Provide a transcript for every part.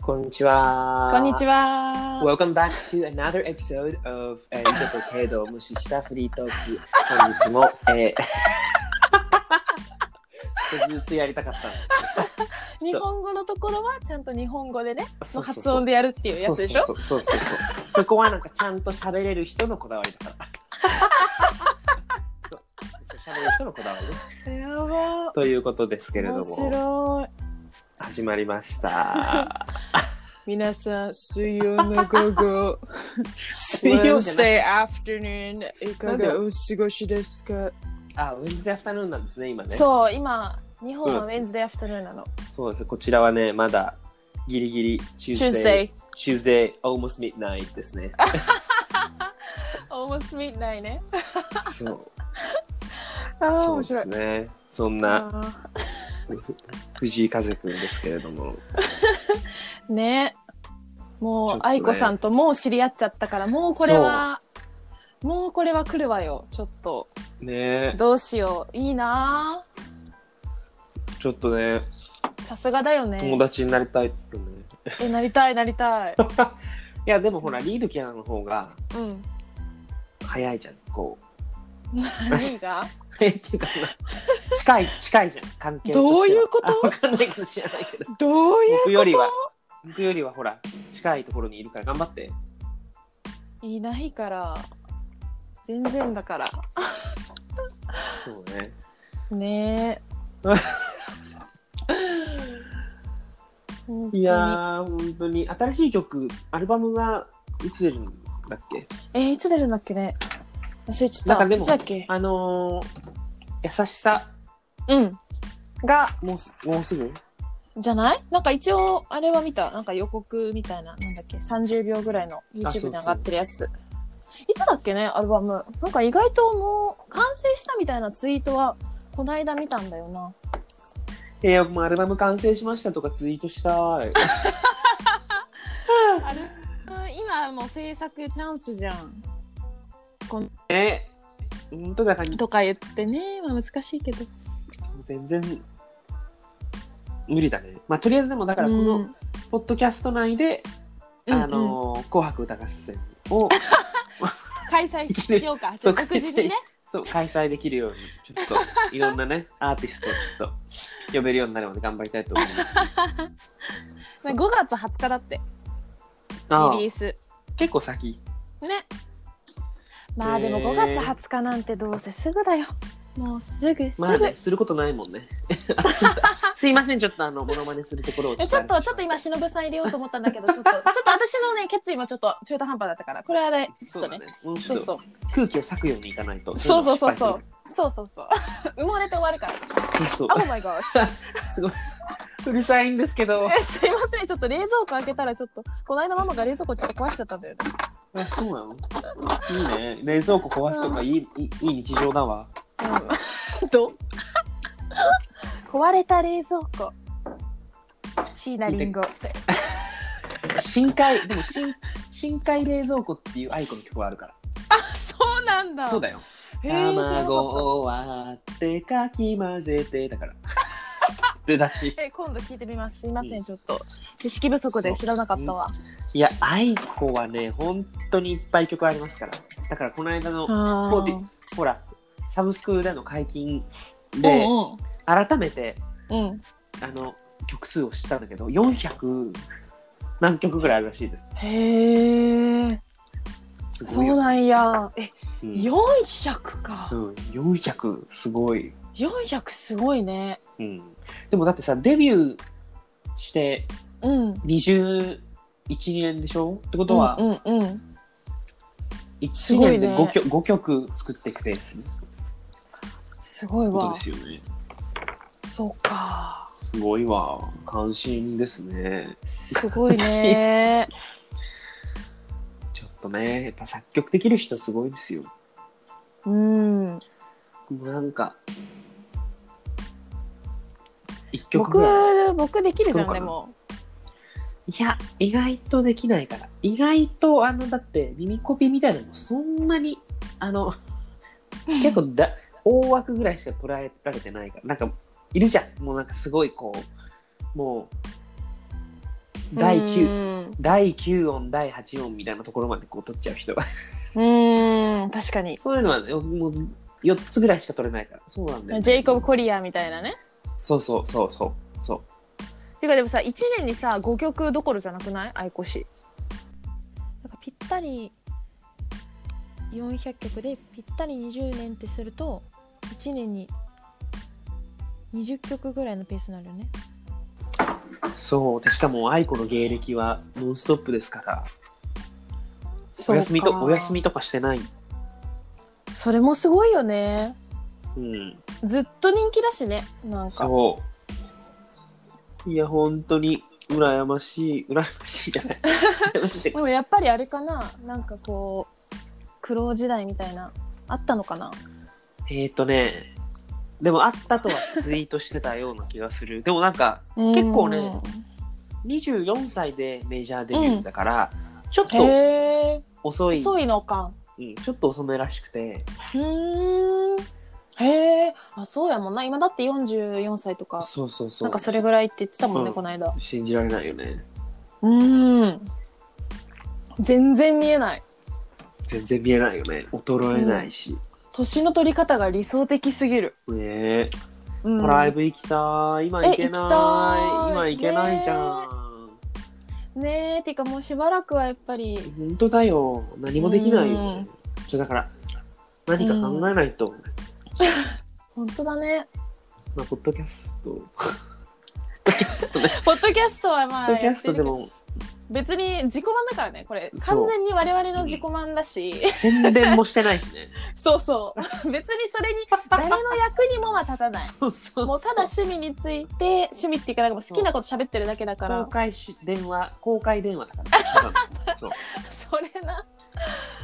こんにちは。こんにちは。 Welcome back to another episode of、えー、ちょっと程度を無視したフリートーク。本日も、 えー、ずっとやりたかったんです日本語のところはちゃんと日本語でね、そうそのうそう発音でやるっていうやつでしょそうそうそうそうそうそうそこはなんかちゃんと喋れる人のこだわりだから そうそう喋れる人のこだわりねやばということですけれど面も白い。始まりました 皆さん、水曜の午後、 水曜じゃない Wednesday afternoon、いかがお過ごしですかあウェンズデーアフタヌーンなんですね今ねそうそう、今、日本はそう Wednesday afternoon なの。ですこちらはねまだギリギリ Tuesday Tuesday。 Tuesday almost midnight です ね Almost midnight ね。そうああ、そう面で白いす。ねそんなあ藤井風くんですけれどもーね。ちょもっう、とね愛子さんともう知り合っちゃったから、もうこれは、もうこれは来るわよ。ちょっと、ねどうしよう。いいなあちょっとねさすがだよね。友達になりたいってねえ、なりたい、なり たい。いやでもほらリールキャラの方がうん。早いじゃんこう何が早いっていうか な近い近いじゃん関係としてはどういうことあわかんないかもしれないけどどういう僕よりは僕よりはほら近いところにいるから頑張っていないから。全然だから。そうねねえ。いやー本当に新しい曲アルバムがいつ出るんだっけえーいつ出るんだっけね忘れちゃった。なんかでもいつだっけあのー、優しさうん。が、もうすもうすぐじゃないなんか一応、あれは見た。なんか予告みたいな、なんだっけ ?30 秒ぐらいのあそうそ YouTube うで上がってるやつ。いつだっけねアルバム。なんか意外ともう、完成したみたいなツイートは、こないだ見たんだよな。えー、もうアルバム完成しましたとかツイートした いあれ今もう制作チャンスじゃん。えー、本当だからとか言ってね、まあ難しいけど。全然無理だね。まあ、とりあえずでもだからこうのんポッドキャスト内で、あうんうんのー紅白歌合戦 を開催しようか。そう確実にね。そう開催できるようにちょっといろんなねアーティストをちょっと呼べるようになるまで頑張りたいと思 います。そう5月20日だって、リああリース。結構先ね。まあねでも5月20日なんてどうせすぐだよ。もうすぐすぐ。まあねすることないもん ね。ちょっとすいませんちょっとあのモノマネするところをえちょっとちょっと今しのぶさん入れようと思ったんだけどち ょっとちょっと私のね決意もちょっと中途半端だったからこれはねちそょうっとだねね。もうちそょうっそとう空気を割くようにいかないと。そうそうそういのは失そ敗うそうそうそう埋もれて終わる からする。そうそうあ Oh my gosh すごい。うるさいんですけど。えすいませんちょっと冷蔵庫開けたらちょっとこの間ママが冷蔵庫ちょっと壊しちゃったんだよねあ、そうなの。いいね。冷蔵庫壊すとかいい、いいいい日常だわ。うんど壊れた冷蔵庫椎名林檎って深海、でも深、深海冷蔵庫っていうアイコの曲はあるかあそうなんら。だそうだよ。へえ知ら卵なかっを割ってかき混ぜて だから。出だし。たえ今度聞いてみますすいませんちょっと知識不足で知らなかったわいや、アイコはね、本当にいっぱい曲ありますから。だから、この間の、あスポーティほら、サブスクでの解禁でで、改めて、うんうんあの、曲数を知ったんだけど、400何曲ぐらいあるらしいです。へえすそごいようなんやえうん400かうん、400すごい、 400すごいねうん、でもだってさデビューしてうん212年でしょってことは、うんうんうんす1ごい年でね 5, 曲5曲作っていくペースってすごいことわですよねそうか すごいわ関心ですねすごいねちょっとねやっぱ作曲できる人すごいですようんもうなんか1曲僕ぐらい僕できるじゃ作ろうかなんでもいや意外とできないから意外とあのだって耳コピみたいなのもそんなにあの結構だ大枠ぐらいしか捉えられてないからなんかいるじゃんもうなんかすごいこうもう第う9ん第9音第8音みたいなところまでこう取っちゃう人うーん確かにそういうのは、ね、もう4つぐらいしか取れないからそうなんだよ、ね、ジェイコブ・コリアーみたいなねそうそうそうそうそうていうかでもさ1年にさ5曲どころじゃなくない愛子氏なんかぴったり400曲でぴったり20年ってすると1年に20曲ぐらいのペースになるよねそうでしかも愛子の芸歴はノンストップですからお休みとお休みとかしてない、それもすごいよねうん、ずっと人気だしねなんかそういや本当に羨ましい羨ましいじゃない羨ましいって でもやっぱりあれかななんかこう苦労時代みたいなあったのかなえっ、ー、とねでもあったとはツイートしてたような気がするでもなんか結構ね24歳でメジャーデビューだから、ちょっへとえ遅い、遅いのかうん、ちょっと遅めらしくてうーんへえあそうやもんな今だって44歳とかそうそうそうなんかそれぐらいって言ってたもんね、うんこの間信じられないよねうーん全然見えない全然見えないよね衰えないし、年の取り方が理想的すぎる、ねえうんライブ行きたい今行けえ行きたないい今行けないじゃん、ねえていうかもうしばらくはやっぱり本当だよ何もできないよ、ね、ちょだから何か考えないと、本当だねまあポッドキャストポッドキャストはまポッあドキャストでやってるもけど別に自己満だからねこれそう完全に我々の自己満だし、宣伝もしてないしね そうそう別にそれに誰の役にもは立たないそうそうもうただ趣味について趣味っていうかなんかもう好きなこと喋ってるだけだから公開し電話公開電話だか らそうそれな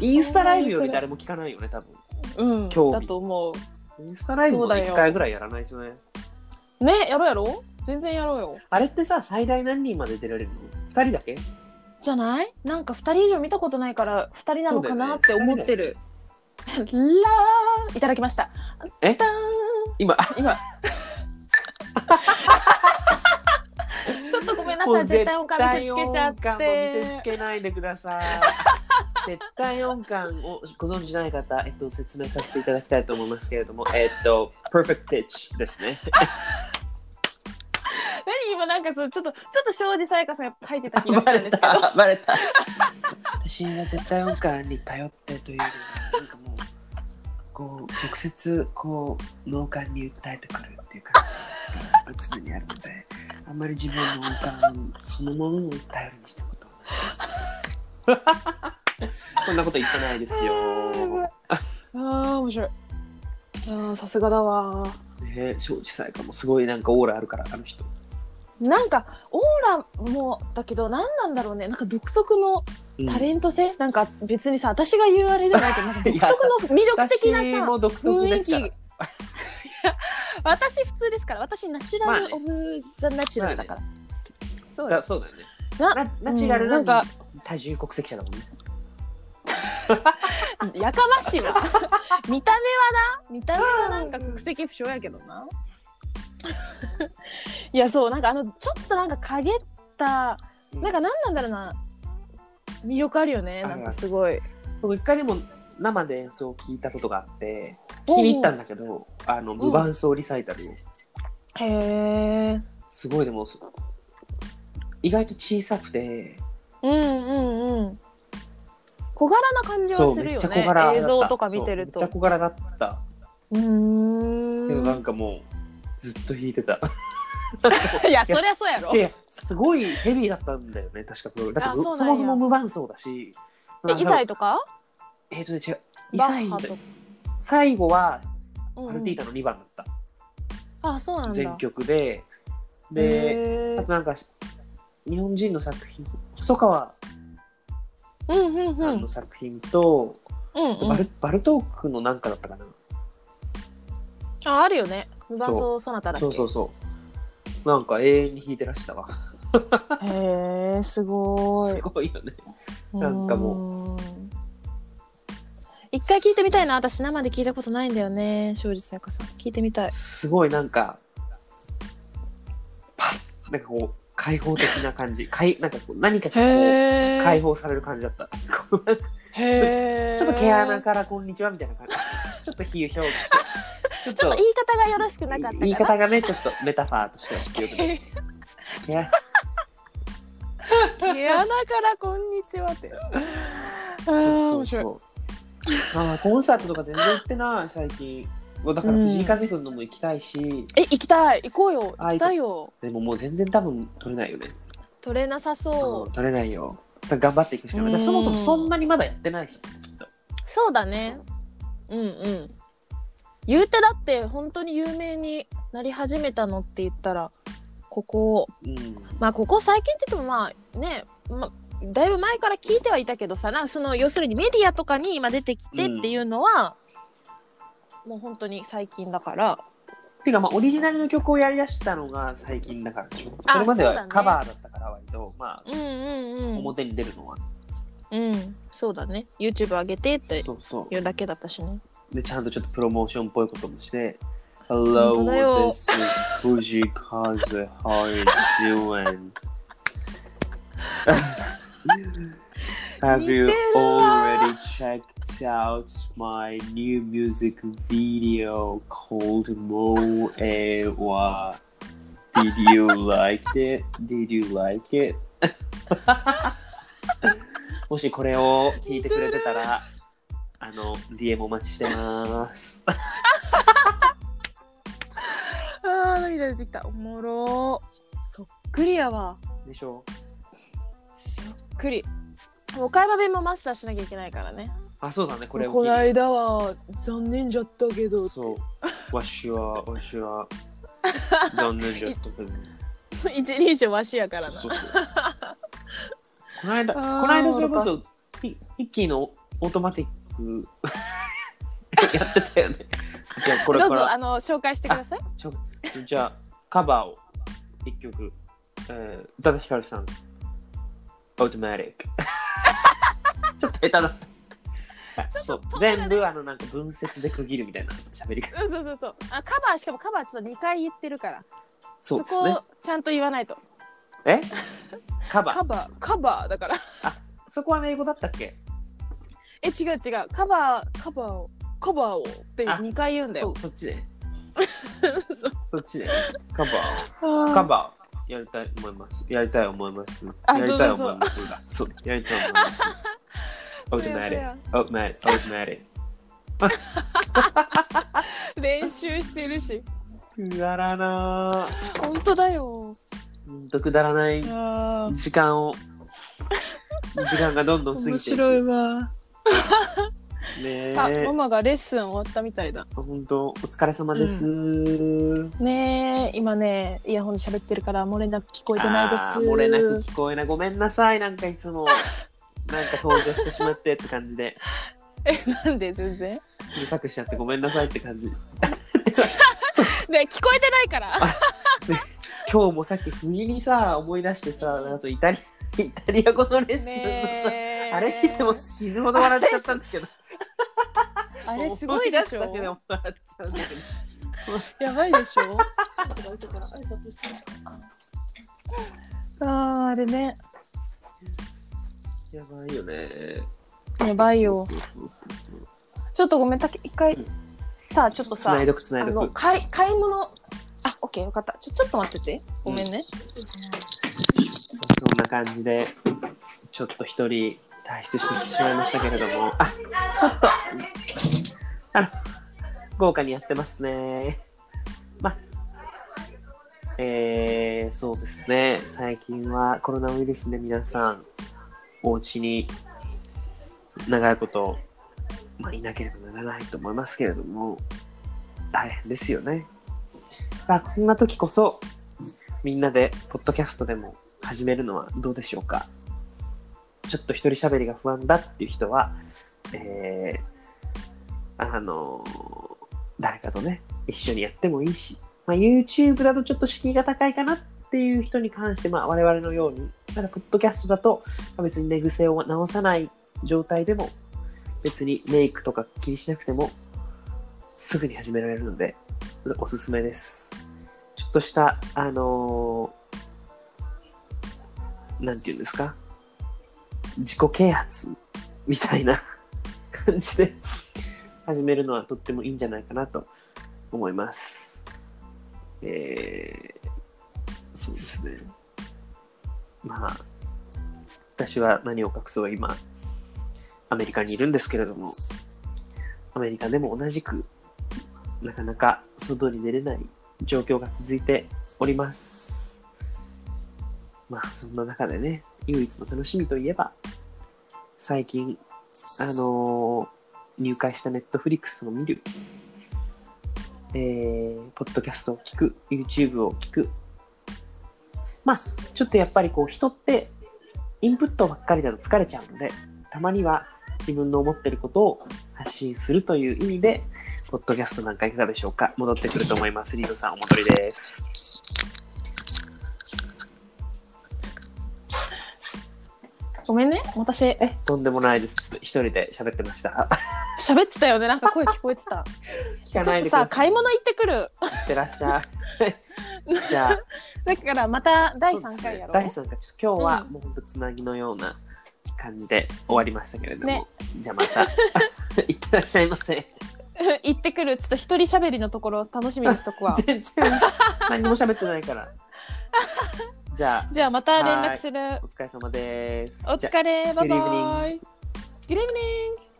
インスタライブより誰も聞かないよね多分うん興味だと思インスタライブもそうだよ1回ぐらいやらないしねうねやろうやろう全然やろうよあれってさ最大何人まで出られるの2人だけじゃないなんか2人以上見たことないから2人なのかなってそうだよね思ってる、ラーいただきましたえダー今ンちょっとごめんなもさうい絶対おかみせつけちゃっ絶対音感を見せつてけないでください絶対音感をご存知ない方、えっと、説明させていただきたいと思いますけれども、えっと、perfect pitch ですね。何今なんかそうちょっとちょっと庄司さやかさんが入ってた気がしたんですけ どた、バレた。私は絶対音感に頼ってというよりは、なんかもう、こう、直接、こう、脳幹に訴えてくるっていう感じが常にあるので、あんまり自分の脳幹そのものを頼りにしたことは ないです。こんなこと言ってないですよ。ああ面白いああさすがだわね庄司さやかもすごいなんかオーラあるからあの人、なんかオーラもだけど何なんだろうねなんか独特のうん、タレント性、なんか別にさ私が言うあれじゃないけどなんか独特の魅力的な私さも独特雰で囲す気かいらや私普通ですから私ナチュラまあル・ねオブ・ザ・ナチュラルだから、そうだよそうだよねななナチュラルうなんんなんか多重国籍者だもんねやかましいわ 見た目はな見た目はなんか国籍不詳やけどないやそうなんかあのちょっとなんか陰ったうんなんか何なんだろうな魅力あるよねあるなあるんかすごい僕一回でも生で演奏を聞いたことがあって気に入ったんだけどあの無伴奏リサイタルをへえすごいでもそう意外と小さくてうんうんうん小柄な感じはするめっよちゃ小柄だっねた映像とか見そうてるめっとちゃ小柄だったうけどなーんんかもうずっと弾いてたいやそりゃそうやろいやすごいヘビーだったんだよね確かプログラムだってあそうそなんやもそも無伴奏だしえイザイととかえっ、とね違うイバザッイハとか最後はうんアルティータの2番だっあそうなた、んだ全曲ででへあーとなんか日本人の作品細川うんうんうさんんの作品と、うんうバんルバルトークのなんかだったかな、ああるよね無伴奏ソナタだっけそうそうそうなんか永遠に弾いてらしたわへえすごいすごいよねなんかもうーん一回聞いてみたいな私生で聞いたことないんだよね庄司さやかさん聞いてみたいすごいなんかパッなんかこう開放的な感じかいなんかこう何かこうへー解放される感じだったこうなんかへーちょっと毛穴からこんにちはみたいな感 じちょっと比喩表現してちょっちょとっと言い方がよろしくなかったかな言い 方がねちょっとメタファーとしては必要だねいや毛穴からこんにちはってああ面白そういそうそうあーコンサートとか全然行ってない最近もうだから藤井風くんのも行きたいし、え行きたい行こうよあ行きたいよでももう全然多分取れないよね取れなさそううん取れないよ頑張っていくしかないうんそもそもそんなにまだやってないしきっとそうだねうんうん言うてだって本当に有名になり始めたのって言ったらここうんまあここ最近って言ってもまあね、まあ、だいぶ前から聞いてはいたけどさなその要するにメディアとかに今出てきてっていうのは、もう本当に最近だからていうかまあオリジナルの曲をやりだしたのが最近だからでしょあそれまでそうだはねカバーだったから割とまあうんうんうん表に出るのは、うんそうだね YouTube 上げてってそうそいうだけだったしねうでちゃんとちょっとプロモーションっぽいこともして本当だ Hello, よ this is Fuji Kaze. How are you doing? Have you 似てるわ already checked out my new music video called Mo E Wa? Did you like it? Did you like it? もしこれを聞いてくれてたら、あの、DM お待ちしてます。あー涙出てきたおもろそっくりやわでしょそっくりお会話弁もマスターしなきゃいけないからねあ、そうだね、これをこ聞いなていだは残念じゃったけどってそう。わしは、わしは、残念じゃったけど。 一人称わしやからなそうそうこの間、あこーの間それこそ、ミミッキーのオートマティック やってたよね。じゃあ、これどかうぞあら、の紹介してくださいちょじゃあ、カバーを一曲、えー宇多田ヒカルさん、オートマティック。 ちょっと下手だった。そう全部あのなんか文節で区切るみたいな喋り方そうそうそうそうあカバーしかもカバーちょっと2回言ってるからそうそですねこをちゃんと言わないとえカバーカバーカバーだから そこは英語だったっけえ違う違うカバーカバーをカバーをってあ2回言うんだそようそっちね そうそっちねカバあーーカバーやりたい思いますやりたい思いますあやりたい思いますだそうやりたい思います オートマティックオートマティックオートマテ練習してるしィックくだらな本当だよほんとくだらないあ時間を時間がどんどん過ぎていくわねあえママがレッスン終わったみたいだ本当お疲れ様です、ねえ今ねイヤホンで喋ってるから漏れなく聞こえてないであすー漏れなく聞こえないごめんなさいなんかいつもなんか登場してしまってって感じで えなんで全然うるさくしちゃってごめんなさいって感じね聞こえてないから今日もさっき不意にさ思い出してさなんかそうイタリイタリア語のレッスンのさ、ねあれ見ても死ぬほど笑っちゃったんだけどああれすごいでしょだけでも笑っちゃうんだけどやばいで しょあーあれねやばいよねやばいよそうそうそうそうちょっとごめんたけ一回さあちょっとつさないどくつないあどのく買い買い物あオッケーよかったちょちょっと待っててごめんね、そんな感じでちょっと一人退出してしまいましたけれどもあちょっとあの豪華にやってますねまあえー、そうですね最近はコロナウイルスで皆さんお家に長いこと、まあ、いなければならないと思いますけれども大変ですよねまあこんな時こそみんなでポッドキャストでも始めるのはどうでしょうかちょっと一人喋りが不安だっていう人は、えーあの誰かとね一緒にやってもいいし、まあ、YouTube だとちょっと敷居が高いかなっていう人に関して、まあ、我々のようにただポッドキャストだとまあ別に寝癖を直さない状態でも別にメイクとか気にしなくてもすぐに始められるのでおすすめですちょっとしたあのーなんていうんですか自己啓発みたいな 感じで始めるのはとってもいいんじゃないかなと思います。えーそうですね。まあ、私は何を隠そう今、アメリカにいるんですけれども、アメリカでも同じく、なかなか外に出れない状況が続いております。まあ、そんな中でね、唯一の楽しみといえば、最近、あのー入会したネットフリックスを見る、えー、ポッドキャストを聞く、YouTube を聞く。まあ、ちょっとやっぱりこう、人って、インプットばっかりだと疲れちゃうので、たまには自分の思ってることを発信するという意味で、ポッドキャストなんかいかがでしょうか戻ってくると思います。リードさん、お戻りです。ごめんね、お待たせ。え、とんでもないです。一人で喋ってました。喋ってたよね、なんか声聞こえてた。聞かちょないっでくだとさ、さい。買い物行ってくる。いってらっしゃ い。じゃあ、だからまた第そうで3す回やろね、第3回ちょっと今日はもうほんとつなぎのような感じで終わりましたけれども、ねじゃあま たいってらっしゃいませ。行ってくる。ちょっと一人喋りのところを楽しみにしとくわ 全然何も喋ってないからじゃじゃあまた連絡するあ。お疲れ様ですお疲れ、バイバイ。 Good evening. グリーブニング。